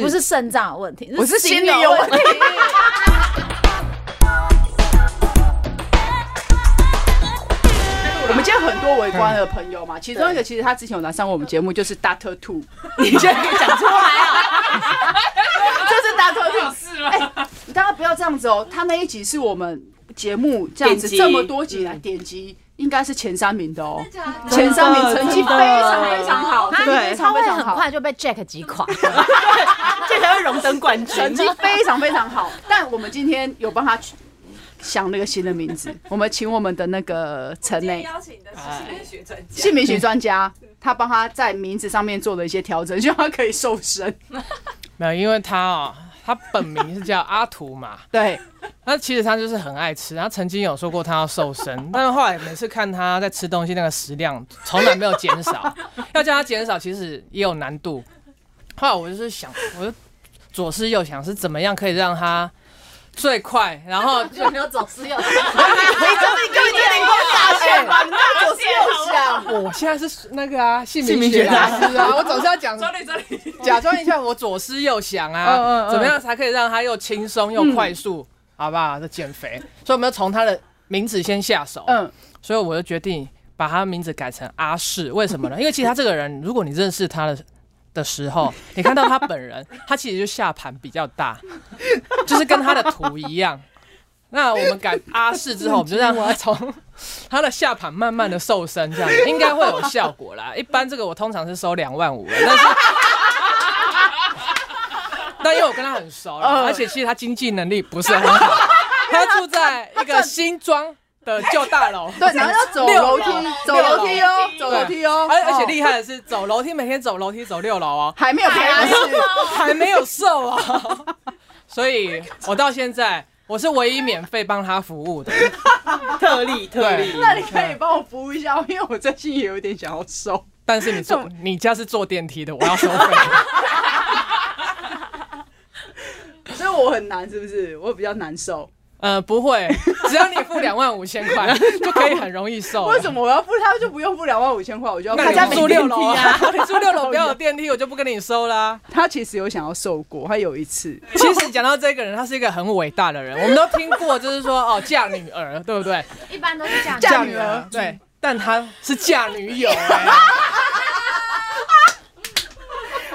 不是肾脏有问题，我是心心理有问题。 我们今天很多围观的朋友嘛，其中一个其实他之前有来上过我们节目，就是 Doctor Two，你 现在可以讲出来啊，就是 Doctor Two 是吗？哎大家不要这样子哦，他那一集是我们节目这样子点击这么多集来点击，应该是前三嗯名的哦，前三名成绩非常非常好，他非他常会非常很好。快就被 Jack 击垮。这才会荣登冠军。成绩非常非常好。但我们今天有帮他去想那个新的名字，我们请我们的那个陈磊邀请的是心理学专家，姓名学专家，他帮他在名字上面做了一些调整，希望他可以瘦身。没有，因为他哦，他本名是叫阿图嘛， 对，那其实他就是很爱吃，他曾经有说过他要瘦身， 但是后来每次看他在吃东西那个食量从来没有减少， 要叫他减少其实也有难度。后来我就是想，我就左思右想是怎么样可以让他最快，然后 就没有走私有。 你根本就领过大选吧？你那左思右想。我现在是那个啊，姓姓名名学学大师啊，我总是要讲这里这里， 假装一下，我左思右想啊，怎么样才可以让他又轻松又快速，好不好？这减肥，所以我们要从他的名字先下手。嗯，所以我就决定把他名字改成阿世，为什么呢？因为其实他这个人，如果你认识他的的时候，你看到他本人，他其实就下盘比较大，就是跟他的图一样。那我们改阿世之后，我们就让他从他的下盘慢慢的瘦身，这样应该会有效果啦。一般这个我通常是收两万五，但是。 但因为我跟他很熟了，而且其实他经济能力不是很好，他住在一个新庄的旧大楼，对，然后要走楼梯，走楼梯哦，走楼梯哦，而而且哦厉害的是，走楼梯每天走楼梯走六楼哦， 还没有开始。还没有瘦啊， 所以我到现在我是唯一免费帮他服务的，特例特例对，那你可以帮我服务一下吗，因为我最近也有点想要瘦。但是你嗯坐你家是坐电梯的，我要收费。 所以我很难，是不是？我比较难受。呃，不会，只要你付两万五千 块就可以很容易瘦。为什？么我要付？他就不用付两万五千块，我哦就要付那两你万就住六楼啊， 你住六楼不要有电梯，我就不跟你收啦。他其实有想要瘦过，他有一次，其实讲到这个人，他是一个很伟大的人，我们都听过，就是说哦嫁女儿，对不对？ 一般都是这样。嫁嫁女女儿儿，对，但他是嫁女友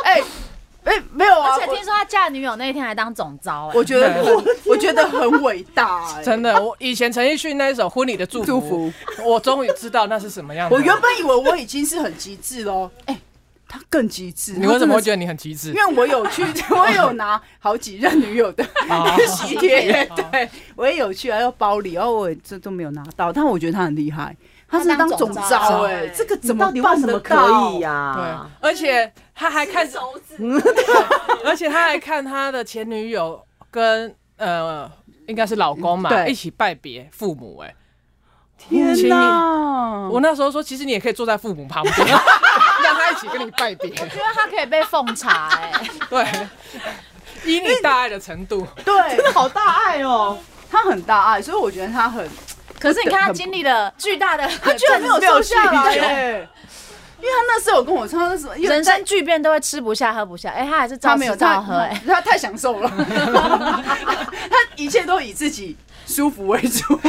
哎、哎、哎、没有啊而，且听说他嫁女友那一天还当总招哎、我我觉得很，我觉得很伟大、哎， 真的。我以前陈奕迅那一首《婚礼的祝福祝》，福。我终于知道那是什么样的。我原本以为我已经是很极致喽，哎、他更极致。你为什么会觉得？得你很极致因？为我有 去，我有拿好几任女友的哦 喜帖，对我也有去，还有包礼，然后我这都没有拿到，但我觉得他很厉害，他是他当当总总招招哎、哎这个怎么到底为办什得么可到以？啊对呀？，而且他还看，手指 而且他还看他的前女友跟呃，应该是老公嘛，对一起拜别父母。哎，天哪！我那时候说，其实你也可以坐在父母 旁边，让他一起跟你拜别。因为他可以被奉茶 哎、对，以你大爱的程度，对好大爱哦！他很大爱，所以我觉得他很可是你看他经历了巨大的， 他居然没有瘦下来欸耶、重因为他那 时候有跟我说，他那时候因为欸人生巨变都会吃不下喝不下，哎、他还是他照没有吃他照喝哎、他太享受了，他一切都以自己舒服为主。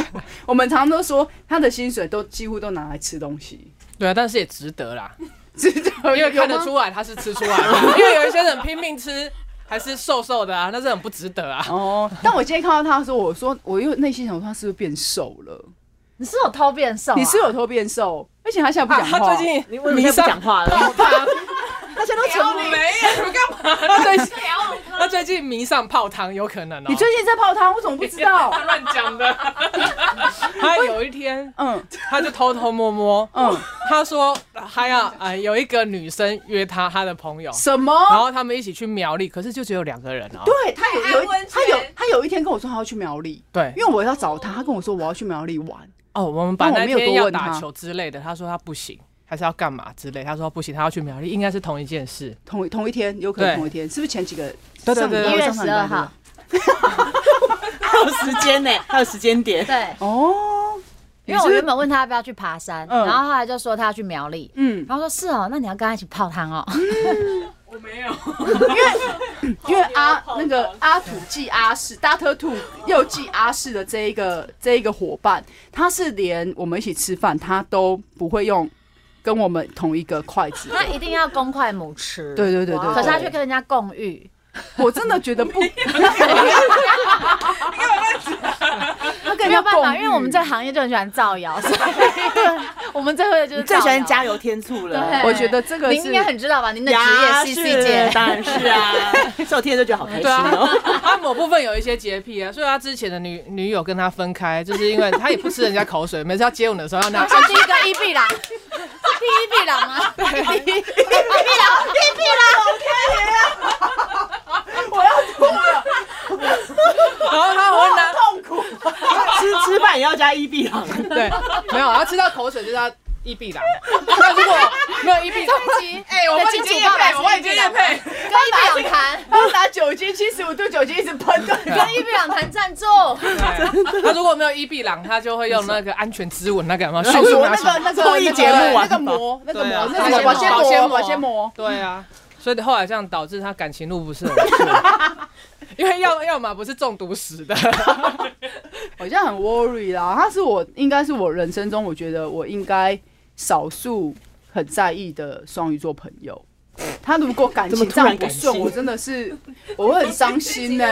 我们常常都说他的薪水都几乎都拿来吃东西，对啊，但是也值得啦，知道因为看得有吗出来他是吃出 来的，因为有一些人拼命吃。还是瘦瘦的啊，那是很不值得啊。哦。但我今天看到他的时候，我说我又内心想说他是不是变瘦了？你是有偷变瘦、啊？你是有偷变瘦，而且他现在不啊讲话。他最近你为什么现在不讲话了？爆汤，他现在都成为没有你干嘛？ 他最近他最近迷上泡汤，有可能哦。你最近在泡汤，我怎么不知道？ 乱讲的。他有一天，嗯他就偷偷摸摸，嗯，他说他要呃有一个女生约他他的朋友，什么？然后他们一起去苗栗，可是就只有两个人哦。哦对他有有安温泉他有他有一天跟我说他要去苗栗，对因为我要找他，他跟我说我要去苗栗玩。哦，我们本那我来没有那天多要问他打球之类的，他说他不行，还是要干嘛之类，他说不行，他要去苗栗，应该是同一件事。同同一天，有可能对同一天，是不是前几个？对对对一对哦月十二号，。还有时间呢，还有时间点。对，哦，因为我原本问他要不要去爬山，嗯然后后来就说他要去苗栗，嗯，然后说是哦，那你要跟他一起泡汤哦。我没有，因为阿那个阿土记阿氏，大特兔又记阿氏的这一个这一个伙伴，他是连我们一起吃饭，他都不会用跟我们同一个筷子。他一定要公筷母匙。对对对对，可是他却跟人家共浴，我真的觉 得不，他没有办法，因为我们这行业就很喜欢造谣， 所以对我们最会的就是你最喜造欢谣加油添醋了对。我觉得这个您是应该很知道吧？您的职呀业 CC 姐，当然是啊，所以我听着就觉得好开心对啊哦。，他某部分有一些洁癖啊，所以他之前的女女友跟他分开，就是因为他也不吃人家口水，每次要接吻的时候要拿我是第一个伊碧郎，是第一碧郎 吗？第一碧郎，第一碧郎，然后他会拿吃吃饭也要加一臂郎，对，没有，他吃到口水就是他一臂狼。那如果没有一臂，哎，我帮你接业配我帮你接业配跟伊碧朗谈， 他拿酒精七十五度酒精一直喷，对，跟伊碧朗谈赞助，对他如果没有一臂狼，他就会用那个安全之吻，那个有没有迅 哎速我拿那起个来？那个综艺那个节目那玩个法膜，那个对啊膜，那个保保鲜鲜膜膜，保保鲜鲜膜。对啊，所以后来这样导致他感情路不是很 顺，因为要要么不是中毒死的，我现在很 worry 啦，他是我应该是我人生中我觉得我应该少数很在意的双鱼座朋友。他如果感情怎么突上然不感性顺，我真的是我会很伤心呢、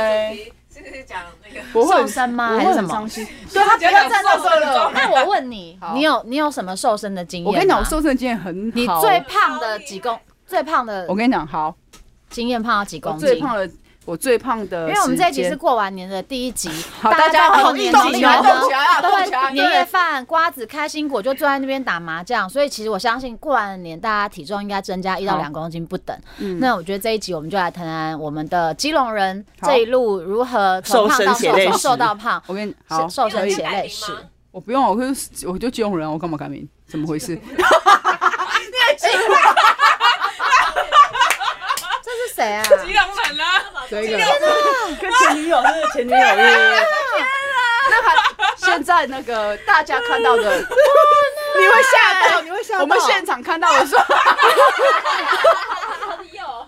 这个是讲那个，我会瘦很身吗？我还会是什很么伤？心。对他不要再那个了。那我问你，好你有你有什么瘦身的经验吗？我跟你讲，我瘦身经验很好。你最胖的几公，最胖的我跟你讲，好，经验胖到几我公斤？最胖的，我最胖的时因间，为我们这一集是过完年的第一集， 好，大家在好，过动起年来，动期起间呢来啊，都动起来会，年夜对。饭、瓜子、开心果，就坐在那边打麻将。所以其实我相信，过完了年大家体重应该增加一到好两公斤不等。嗯那我觉得这一集我们就来谈谈我们的基隆人好这一路如何从瘦胖身到血瘦，泪从史瘦到胖，我跟你好是，瘦身可以血泪史。我不用，啊我就我就基隆人，我干嘛改名？怎么回事？这是谁啊？激动人啦，这个。跟前女友是前女友是，现在那个大家看到的，你会吓到，你会吓哎到。我们现场看到的时候，。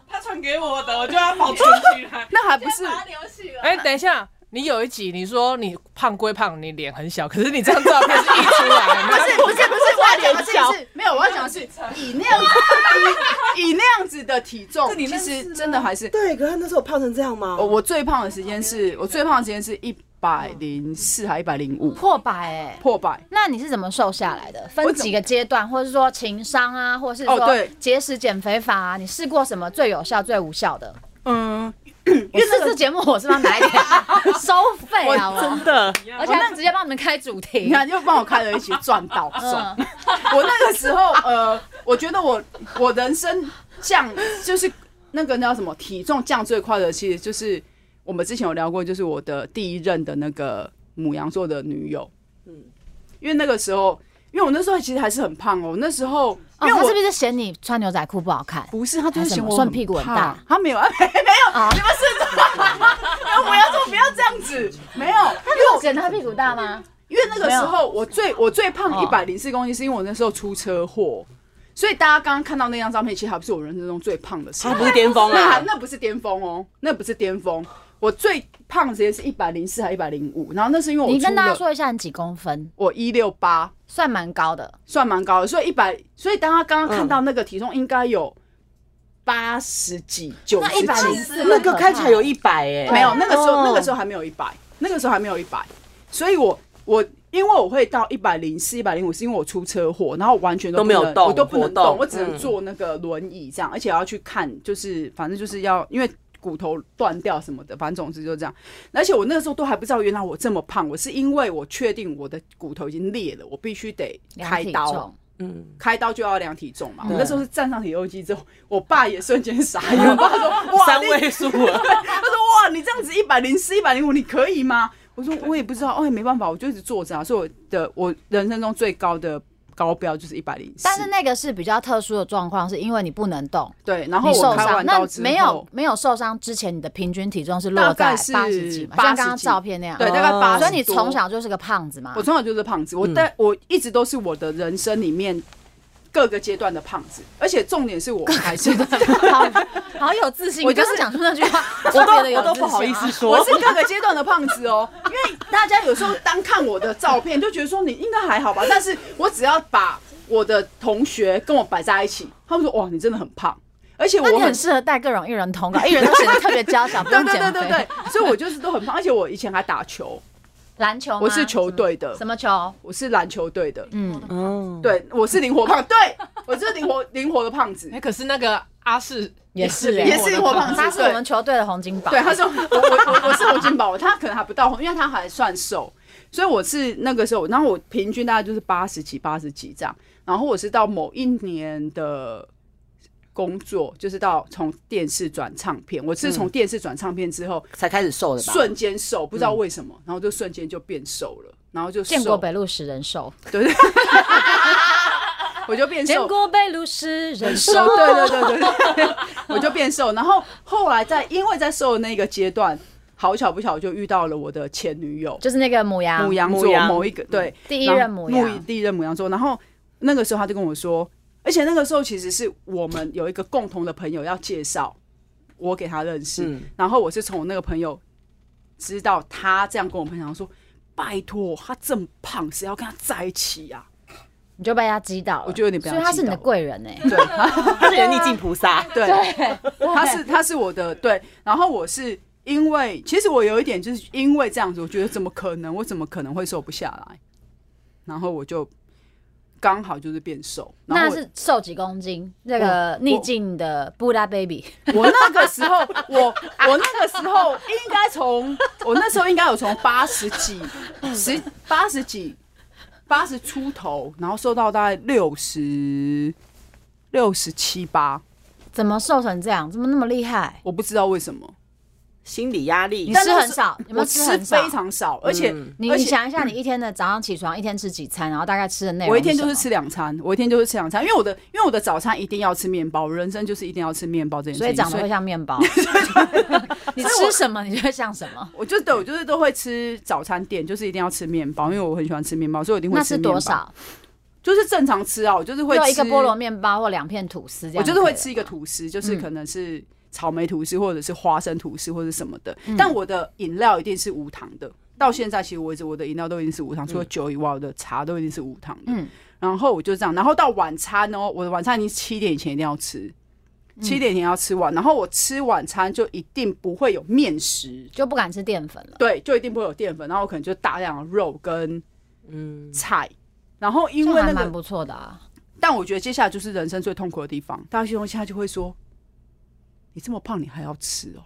他传给我的，我就要保存起来那还 不是哎，等一下。你有一集你说你胖归胖，你脸很小，可是你这张照片是溢出来 的，不是不是，我要讲的是没有，我要讲的是以那样子 以以那样子的体重，其实真的还是对，可是他那时候胖成这样吗我我最胖的时间是我最胖的时间是一百零四还一百零五破百哎、破百。那你是怎么瘦下来的？分我怎几个阶段，或者是说情商啊，或者是哦说对节食减肥法啊？你试过什么最有效、最无效的？嗯，因为这次节目我是帮哪一 点收费啊？我真的，而且还直接帮你们开主题。你看，又帮我开了一起赚到爽。嗯，我那个时候，呃，我觉得我我人生降就是那个叫什么体重降最快的，其实就是我们之前有聊过，就是我的第一任的那个母羊座的女友。嗯，因为那个时候，因为我那时候其实还是很胖哦，我那时候因哦，为他我是不是嫌你穿牛仔裤不好看？不是他就是嫌我还是什么算屁股很很大胖，他没有，啊没没有，啊你们是，没有我要说不要这样子，没有，他没有显得他屁股大吗？因为那个时候我最我最胖哦一百零四公斤，是因为我那时候出车祸，所以大家刚刚看到那张照片，其实还不是我人生中最胖的时他候不。是巅峰那还啊，那不是巅峰哦，那不是巅峰。我最胖的时间是一百零四还一百零五，然后那是因为我你跟出大家了说一下你几公分，我一六八，算蛮高的。算蛮高的，所以一百，所以当他刚刚看嗯到那个体重应该有八十几、九那十几， 104那个看起来有一百哎，没有，那个时候哦那个时候还没有一百，那个时候还没有一百，所以我我因为我会到一百零四、一百零五，是因为我出车祸，然后完全都不没有能动我都不能活动动，我只能嗯坐那个轮椅这样，而且要去看，就是反正就是要因为骨头断掉什么的，反正总之就这样。而且我那个时候都还不知道，原来我这么胖，我是因为我确定我的骨头已经裂了，我必须得量开体刀。重，嗯，开刀就要量体重嘛，我对那时候是站上体重机之后，我爸也瞬间傻 眼，我爸说：“哇，三你位数啊，他说：“哇，你这样子一百零四、一百零五，你可以吗？”我说：“我也不知道，哦，也没办法，我就一直坐着啊。”所以我的我人生中最高的高标就是一百零四。但是那个是比较特殊的状况，是因为你不能动，对，然后你我受开伤。完那刀之后，没有没有受伤之前，你的平均体重是落大在概八十是几嘛，像刚80刚几照片那样。对，大概哦八十。所以你从小就是个胖子嘛我。从小就是胖子，我但、我一直都是我的人生里面各个阶段的胖子，而且重点是我还是好好有自信。我我就就是是讲出那句话， 我我都觉得有我都自不好信意啊思说，我是各个阶段的胖子哦。因为大家有时候单看我的照片就觉得说你应该还好吧，但是我只要把我的同学跟我摆在一起，他们说哇你真的很胖，而且那我你很很适合带各种艺人通告， 艺人都显得特别娇 小，不对用对减对肥。对对，所以我就是都很胖，而且我以前还打球，篮球吗我是球队的，哦什么球？我是篮球队的，嗯，嗯，对我是灵活胖，对我是灵活灵活的胖子哎，，可是那个阿四也是也是灵活胖子，他是对我们球队的洪金宝。嗯对，他说我我我我是洪金宝，他可能还不到红，因为他还算瘦，所以我是那个时候，然后我平均大概就是八十几、八十几这样。然后我是到某一年的工作，就是到从电视转唱片，我是从电视转唱片之后、才开始瘦的吧？瞬间瘦，不知道为什么，然后就瞬间就变瘦了，然后就建国瘦，北路使人瘦，对对，我就变建瘦。国北路使人 瘦。对对对对对，我就变瘦。然后后来在因为在瘦的那个阶段，好巧不巧就遇到了我的前女友，就是那个母羊，母羊座啊母羊嗯某一个对第一任然后母羊第一任母羊座。然后那个时候他就跟我说，而且那个时候其实是我们有一个共同的朋友要介绍我给他认识，嗯然后我是从我那个朋友知道他这样跟我分享说。拜托，他这么胖，谁要跟他在一起啊？你就被他击倒了。我就有点被他所以他是击你倒的贵人哎。 对，他是人逆境菩萨，嗯对，他是他是我的对，然后我是因为其实我有一点就是因为这样子，我觉得怎么可能，我怎么可能会瘦不下来？然后我就刚好就是变瘦，然那后我是瘦几公斤？那个逆境的布拉 baby，我那个时候，我我那个时候应该从我那时候应该有从八十几、十八十几、八十出头，然后瘦到大概六十六十七八，怎么瘦成这样？怎么那么厉害？我不知道为什么。心理压力你但吃那很是少有没有我吃吃很少非常少，而且嗯你而你且想一哎下，你一天的早上起床，一天吃几餐，然后大概吃的内容什么？我一天就是吃两餐，我一天就是吃两餐，因为我的因为我的早餐一定要吃面包，我人生就是一定要吃面包这件事情，所以长得会像面 包。你吃什么，你就会像什么。我就对我就是都会吃早餐店，就是一定要吃面包，因为我很喜欢吃面包，所以我一定会那吃是面包多？少？就是正常吃啊，我就是会就吃一个菠萝，面包或两片吐司这我样就就可以了。嗯是会吃一个吐司，就是可能是草莓吐司或者是花生吐司或者什么的，嗯但我的饮料一定是无糖的。到现在其实为止，我的饮料都一定是无糖，除了酒以外，我的茶都一定是无糖的。嗯然后我就这样，然后到晚餐哦，我的晚餐已经七点以前一定要吃，嗯七点以前要吃完，然后我吃晚餐就一定不会有面食，就不敢吃淀粉了。对，就一定不会有淀粉，然后我可能就大量的肉跟嗯，菜，然后因这为还那蛮个，不错的啊，但我觉得接下来就是人生最痛苦的地方，大家现在就会说，你这么胖，你还要吃哦，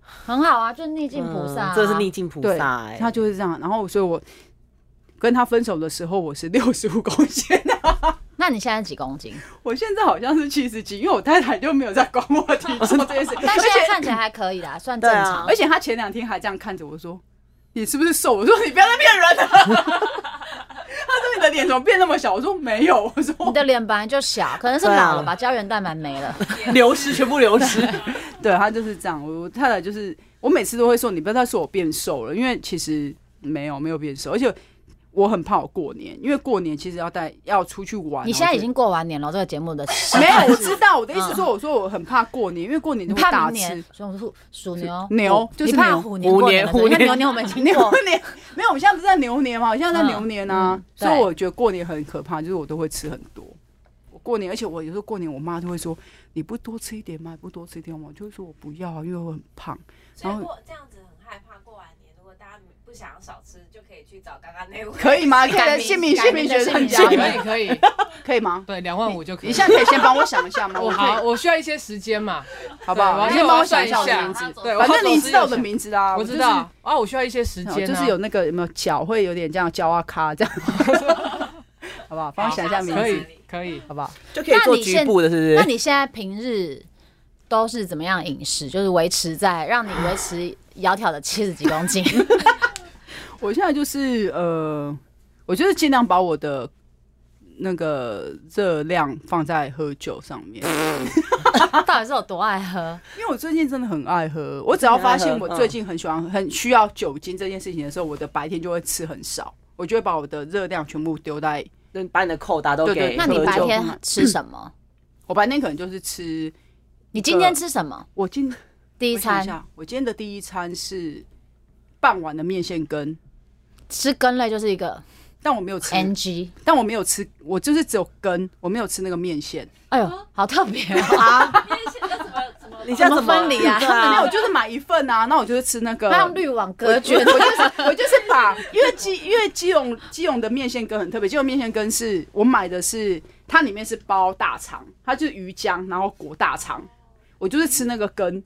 很好啊，就是逆境菩萨嗯啊。嗯这是逆境菩对萨，哎，他就是这样，然后所以我。跟他分手的时候，我是六十五公斤， 那你现在几公斤？我现在好像是七十几，因为我太太就没有在管我体重这件事。但而现且在看起来还可以啦，算正常啊而。且他前两天还这样看着我说：“你是不是瘦？”我说：“你不要再骗人了。” 他说：“你的脸怎么变那么小？”我说：“没有。”我说你的脸本来就小，可能是啊老了吧，胶原蛋白没了。流失全部流 失，：“对，他就是这样。”我我太太就是我每次都会说：“你不要再说我变瘦了，因为其实没有没有变瘦，而且我很怕我过年，因为过年其实要带要出去玩。”你现在已。经过完年了，这个节目的时没间有，我知道我的意思说，我说我很怕过年，因为过你年就会怕大明年 吃。，所以我属属牛，牛虎就是你怕牛虎年虎过年年的时候，虎因为年牛年我们已经 牛过，年没有，我们现在不是在牛年嘛，我现在在哦嗯牛年啊嗯，对所以我觉得过年很可怕，就是我都会吃很多。我过年，而且我有时候过年，我妈就会说：“你不多吃一点吗？你不多吃一点吗？”我就会说我不要啊，因为我很胖。所然以后过这样子很害怕，过完年如果大家不想要少吃，就可以去找刚刚那位。可以吗？可改以名姓名改姓名名学的专姓家名可你以们可以，可以吗？对，两万五就可以。你现在可以先帮我想一下吗？我我好，好，我需要一些时间嘛。好不好？对你先我帮要想一算一下我的下名字。对，反正你知道我我的名字啦，我就知是道啊，我需要一些时嗯间啊，就是有那个有没有脚会有点这样焦啊咔这样，好不好？帮我想一下名可以字，可以。好不好？就可以做局部的，是不是？那你现在平日都是怎么样饮食？就是维持在让你维持窈窕的七十几公 斤，我现在就是呃，我就是尽量把我的那个热量放在喝酒上面，到底是有多爱喝？因为我最近真的很爱喝。我只要发现我最近很喜欢、很需要酒精这件事情的时候，我的白天就会吃很少，我就会把我的热量全部丢在那把你的扣打都对对给那你喝白酒喝酒天吃什么？我白天可能就是吃你今天吃什么？我今第一我想餐下，我今天的第一餐是傍晚的面线羹，吃根类就是一个但我没有吃， NG。但我没有吃，我就是只有羹，我没有吃那个面线。哎呦，好特别哦！ 啊，因为现在怎么怎么你这样怎么分离啊对没有，我就是买一份啊，那我就是吃那个它用滤网我隔绝我就是我就是把，因为基因为基隆基隆的面线羹很特别，基隆面线羹是我买的是它里面是包大肠，它就是鱼浆，然后裹大肠，我就是吃那个羹，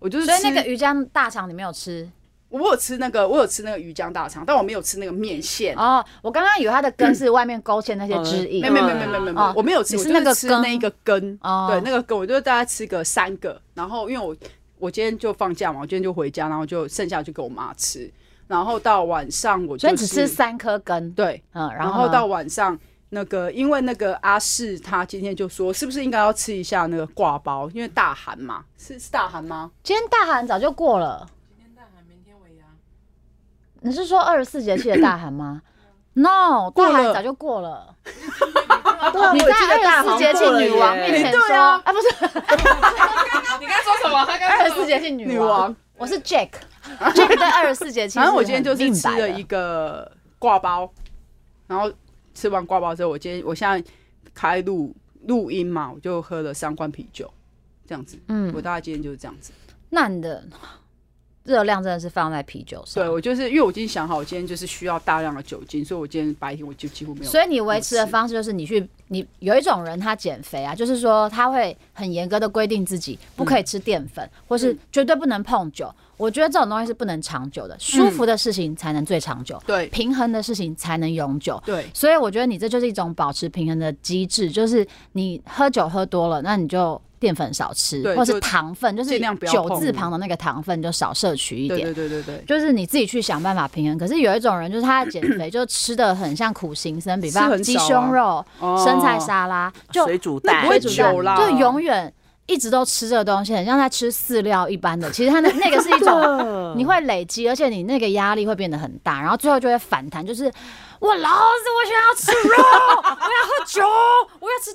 我就是所以吃那个鱼浆大肠你没有吃我有吃那个我有吃那个鱼浆大肠，但我没有吃那个面线，哦？我刚刚以为它的根是外面勾芡那些汁液嗯没，没没没没没没哦，我没有吃，你我是就是那个吃羹那一个羹，哦对，那个羹我就大概吃个三个，然后因为我我今天就放假嘛，我今天就回家，然后就剩下就给我妈吃，然后到晚上我就所以只吃三颗根。对。嗯，然然后后呢到晚上，那个因为那个阿世他今天就说，是不是应该要吃一下那个挂包？因为大寒嘛，是是大寒吗？今天大寒早就过了。今天大寒，明天尾牙。你是说二十四节气的大寒吗 ？No，过大了寒早就过 了。啊你我在记得大二十寒四节气过了女王耶面前对说，啊啊，不是 你刚才说什么？他刚才二十说四节气女女王，我是 Jack，Jack 在二十四节气。反正我今天就是吃了了一个挂包，然后吃完挂包之后，我今天我现在开录录音嘛，我就喝了三罐啤酒，这样子。嗯我大概今天就是这样子。那你的热量真的是放在啤酒上对，，我就是啊因为我已经想好，我今天就是需要大量的酒精，所以我今天白天我就几乎没有。所以你维持的方式就是你去你有一种人他减肥啊，就是说他会很严格的规定自嗯己不可以吃淀粉，或是绝对不能碰酒。我觉得这种东西是不能长久嗯的，舒服的事情才能最长久，对平衡的事情才能永久。对所以我觉得你这就是一种保持平衡的机制，就是你喝酒喝多了，那你就淀粉少吃对，或是就糖分，就是尽量不要碰酒字旁的那个糖分你就少摄取一对点对。对对对，就是你自己去想办法平衡。可是有一种人，就是他在减 肥，就吃的很像苦行僧，比吃方很鸡少啊胸肉、哦生菜沙拉，就水煮那蛋不会水煮久啦，蛋就永远一直都吃这个东西，很像在吃饲料一般的。其实它那那个是一 种，你会累积，而且你那个压力会变得很大，然后最后就会反弹，就是我老子我想要吃肉，我要喝酒，我要吃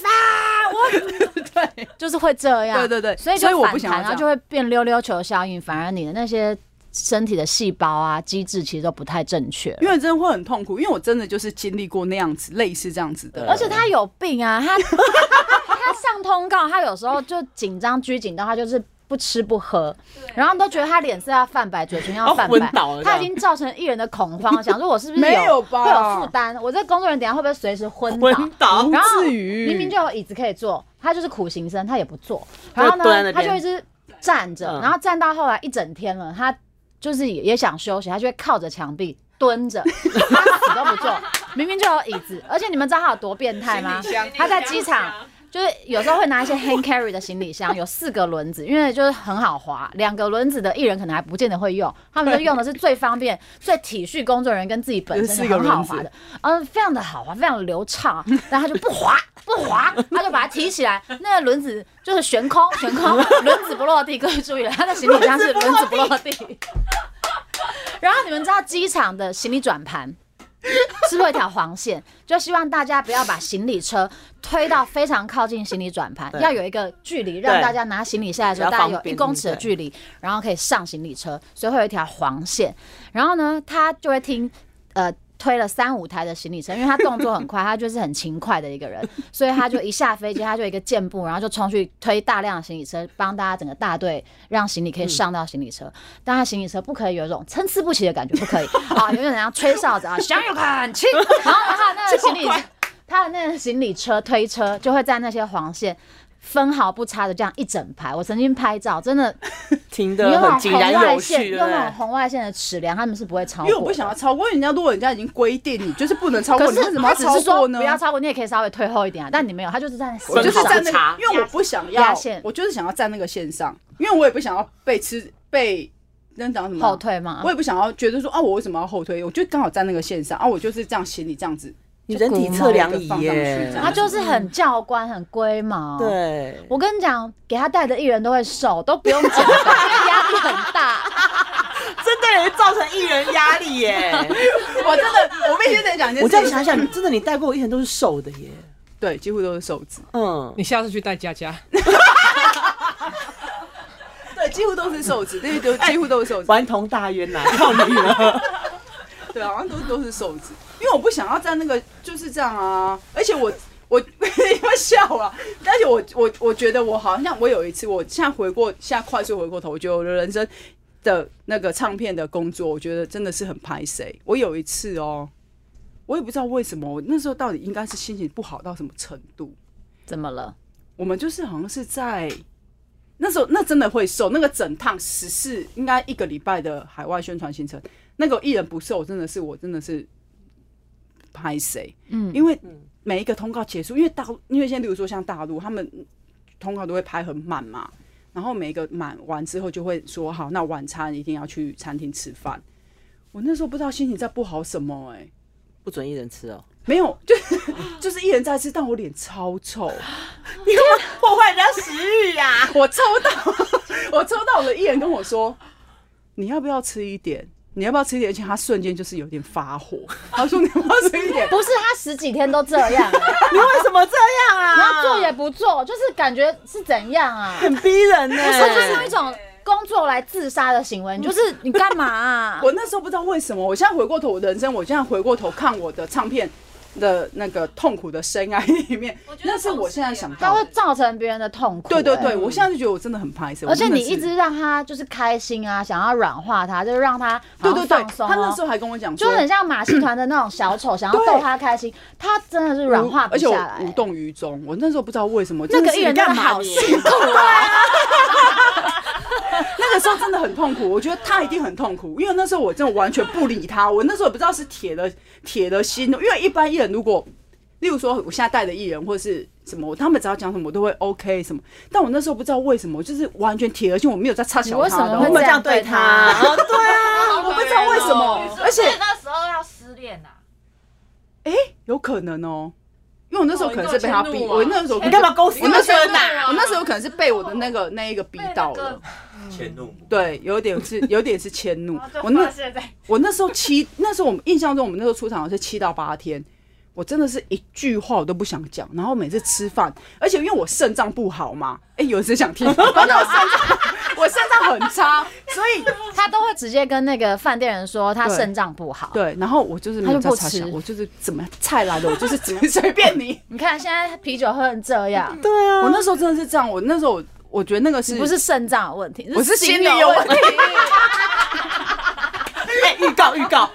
大量的米饭， 我对，就是会这样，对对对所以所以就我反不想要弹，然后这样就会变溜溜球效应，反而你的那些。身体的细胞啊，机制其实都不太正确了，因为真的会很痛苦，因为我真的就是经历过那样子类似这样子的，而且他有病啊， 他他他上通告，他有时候就紧张拘谨到他就是。不吃不喝，然后都觉得他脸色要泛白，嘴唇要泛白哦昏倒了，这他样已经造成艺人的恐慌了，想说我是不是没有吧会有负担？我这工作人员等一下会不会随时昏倒？昏倒然后不至于明明就有椅子可以坐，他就是苦行僧，他也不坐，然后他就蹲在呢，那边他就一直站着，嗯然后站到后来一整天了，他就是也也想休息，他就会靠着墙壁蹲着，他死都不坐。明明就有椅子，而且你们知道他有多变态吗？他在机场就是有时候会拿一些 hand carry 的行李箱，有四个轮子，因为就是很好滑，两个轮子的艺人可能还不见得会用，他们就用的是最方便、最体恤工作人员跟自己本身有四很个好轮子滑的，嗯，非常的好滑，非常流畅，然后他就不滑。不滑，他就把它提起来，那个轮子就是悬空，悬空，轮子不落地。各位注意了，他的行李箱是轮子不落地。 然后你们知道机场的行李转盘，是不是有一条黄线， 就希望大家不要把行李车推到非常靠近行李转盘，对要有一个距离，让大家拿行李下来的时候，比较大家方有一便公尺的对距离，然后可以上行李车，所以会有一条黄线。然后呢，他就会听，呃。推了三五台的行李车，因为他动作很快，他就是很勤快的一个 人，所以他就一下飞机，他就一个箭步，然后就冲去推大量的行李车，帮大家整个大队让行李可以嗯上到行李车。但他行李车不可以有一种参差不齐的感觉，不可以啊，有点像吹哨 子啊，想有感情。然后他 那个行李，他的那个行李车推车就会在那些黄线。分毫不差的这样一整排，我曾经拍照，真的，听你得用那很种井红然外有线，序，用对不那对种？红外线的尺量，他们是不会超因过。为我不想要超过，因为人家如果人家已经规定你就是不能超过，可你为是什么他只超是说过呢？不要超过，你也可以稍微退后一点啊。但你没有，他就是在我我就是在站那压个，因为我不想要压线，我就是想要站那个线上，因为我也不想要被吃被那讲什么啊后，退嘛我。也不想要觉得说啊，我为什么要后退？我就刚好站那个线上啊，我就是这样行李这样子，你人体测量仪放上去这耶，样他就是很教官，很龟毛。，对，我跟你讲，给他带的艺人都会瘦，都不用减肥，压力很大。真的也造成艺人压力耶。我真的我必必须得讲一件 我事这样情。想想，真的你带过我一人都是瘦的耶。对，几乎都是瘦子，嗯，你下次去带佳佳，对，几乎都是瘦子，那些都几乎都是瘦子，顽童大啊冤呐、靠你了！对，啊好像都都是瘦子，因为我不想要在那个就是这样啊，而且我我 你们笑啊，而且我我我觉得我好像我有一次，我现在回过，现在快速回过头，我觉得我的人生的那个唱片的工作，我觉得真的是很拍谁。我有一次哦，我也不知道为什么，我那时候到底应该是心情不好到什么程度，怎么了？我们就是好像是在那时候，那真的会瘦。那个整趟十四应该一个礼拜的海外宣传行程，那个艺人不瘦，真的是我真的是拍谁？嗯因为每一个通告结束，因为大陆，因为现在比如说像大陆，他们通告都会拍很满嘛，然后每一个满完之后就会说好，那晚餐一定要去餐厅吃饭。我那时候不知道心情在不好什么哎、欸 不准一人吃哦，没有，就是 就是一人在吃，但我脸超臭。破坏人家食欲啊呀、 我抽到，我抽到我的艺人跟我说，你要不要吃一点？你要不要吃一点？而且他瞬间就是有点发火，他说你要不要吃一点？？不是他十几天都这样，你为什么这样啊？然后做也不做，就是感觉是怎样啊？很逼人呢、他就是用一种工作来自杀的行为，你就是你干嘛啊嗯 我那时候不知道为什么，我现在回过头，我的人生，我现在回过头看我的唱片的那个痛苦的深爱里面我，觉得那是我现在想他到会的。造成别人的痛苦、对对欸对，我现在就觉得我真的很拍摄，而且我真你的是一直让他就是开心啊，想要软化他，就是让他对对好对像放，松、哦。他那时候还跟我讲说就很像马戏团的那种小 丑，想要对逗他开心，他真的是软化不而且下我来。无动于衷。我那时候不知道为什么，那真的个是艺人你真干的嘛好你辛苦啊！那个时候真的很痛苦，我觉得他一定很痛苦，因为那时候我真的完全不理他，我那时候也不知道是铁了铁了心，因为一般艺人如果，例如说我现在带的艺人或是什么，他们只要讲什么我都会 OK 什么，但我那时候不知道为什么，就是完全铁了心，我没有在插你小为什他么的会哦，这样对他？哦，对啊，我不知道为什么，而且那时候要失恋呐，有可能哦。因为我那时候可能是被他哦你逼，够我迁怒啊那时候哎你干嘛勾我心那斗时候角呐？我那时候可能是被我的那个那一个逼到被那了个，嗯迁怒母，对，有点是有点是迁怒 然后。就我那发现在我那时候七，那时候我们印象中，我们那时候出场是七到八天，我真的是一句话我都不想讲。然后每次吃饭，而且因为我肾脏不好嘛，哎、有人想听，反 正我肾脏我肾脏很差，所以他都会直接跟那个饭店人说他肾脏不好。对，然后我就是没他有在就不插吃小，我就是怎么菜来的，我就是怎么随便你。 你看现在啤酒喝成这样，对啊，我那时候真的是这样，我那时候我我觉得那个是你不是肾脏有问题，我是心心理有问题。哎，预告预告，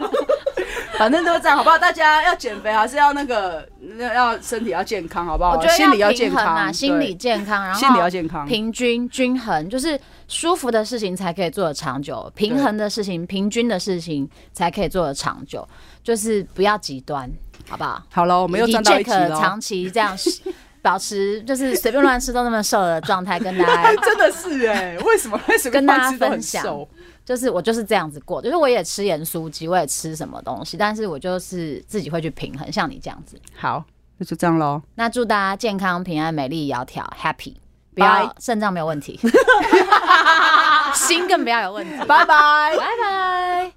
反正都这样，好不好？大家要减肥还是要那个那要身体要健康，好不好？我觉得哦心理要健平衡康啊，心对理健康，然后心理要健康平均均衡，就是舒服的事情才可以做得长久，平衡的事情、平均的事情才可以做得长久，就是不要极端，好不好？好了，我们又以及站到 Jack 一起了。哦长期这样保持就是随便乱吃都那么瘦的状态，跟大 家 真的是哎、为什么为什么跟大家饭吃都很分享瘦就是我就是这样子过的，就是我也吃盐酥鸡，我也吃什么东西，但是我就是自己会去平衡，像你这样子。好，那就这样喽。那祝大家健康、平安、美丽、窈窕、happy，不要肾 脏没有问题，心更不要有问题。拜拜。拜拜。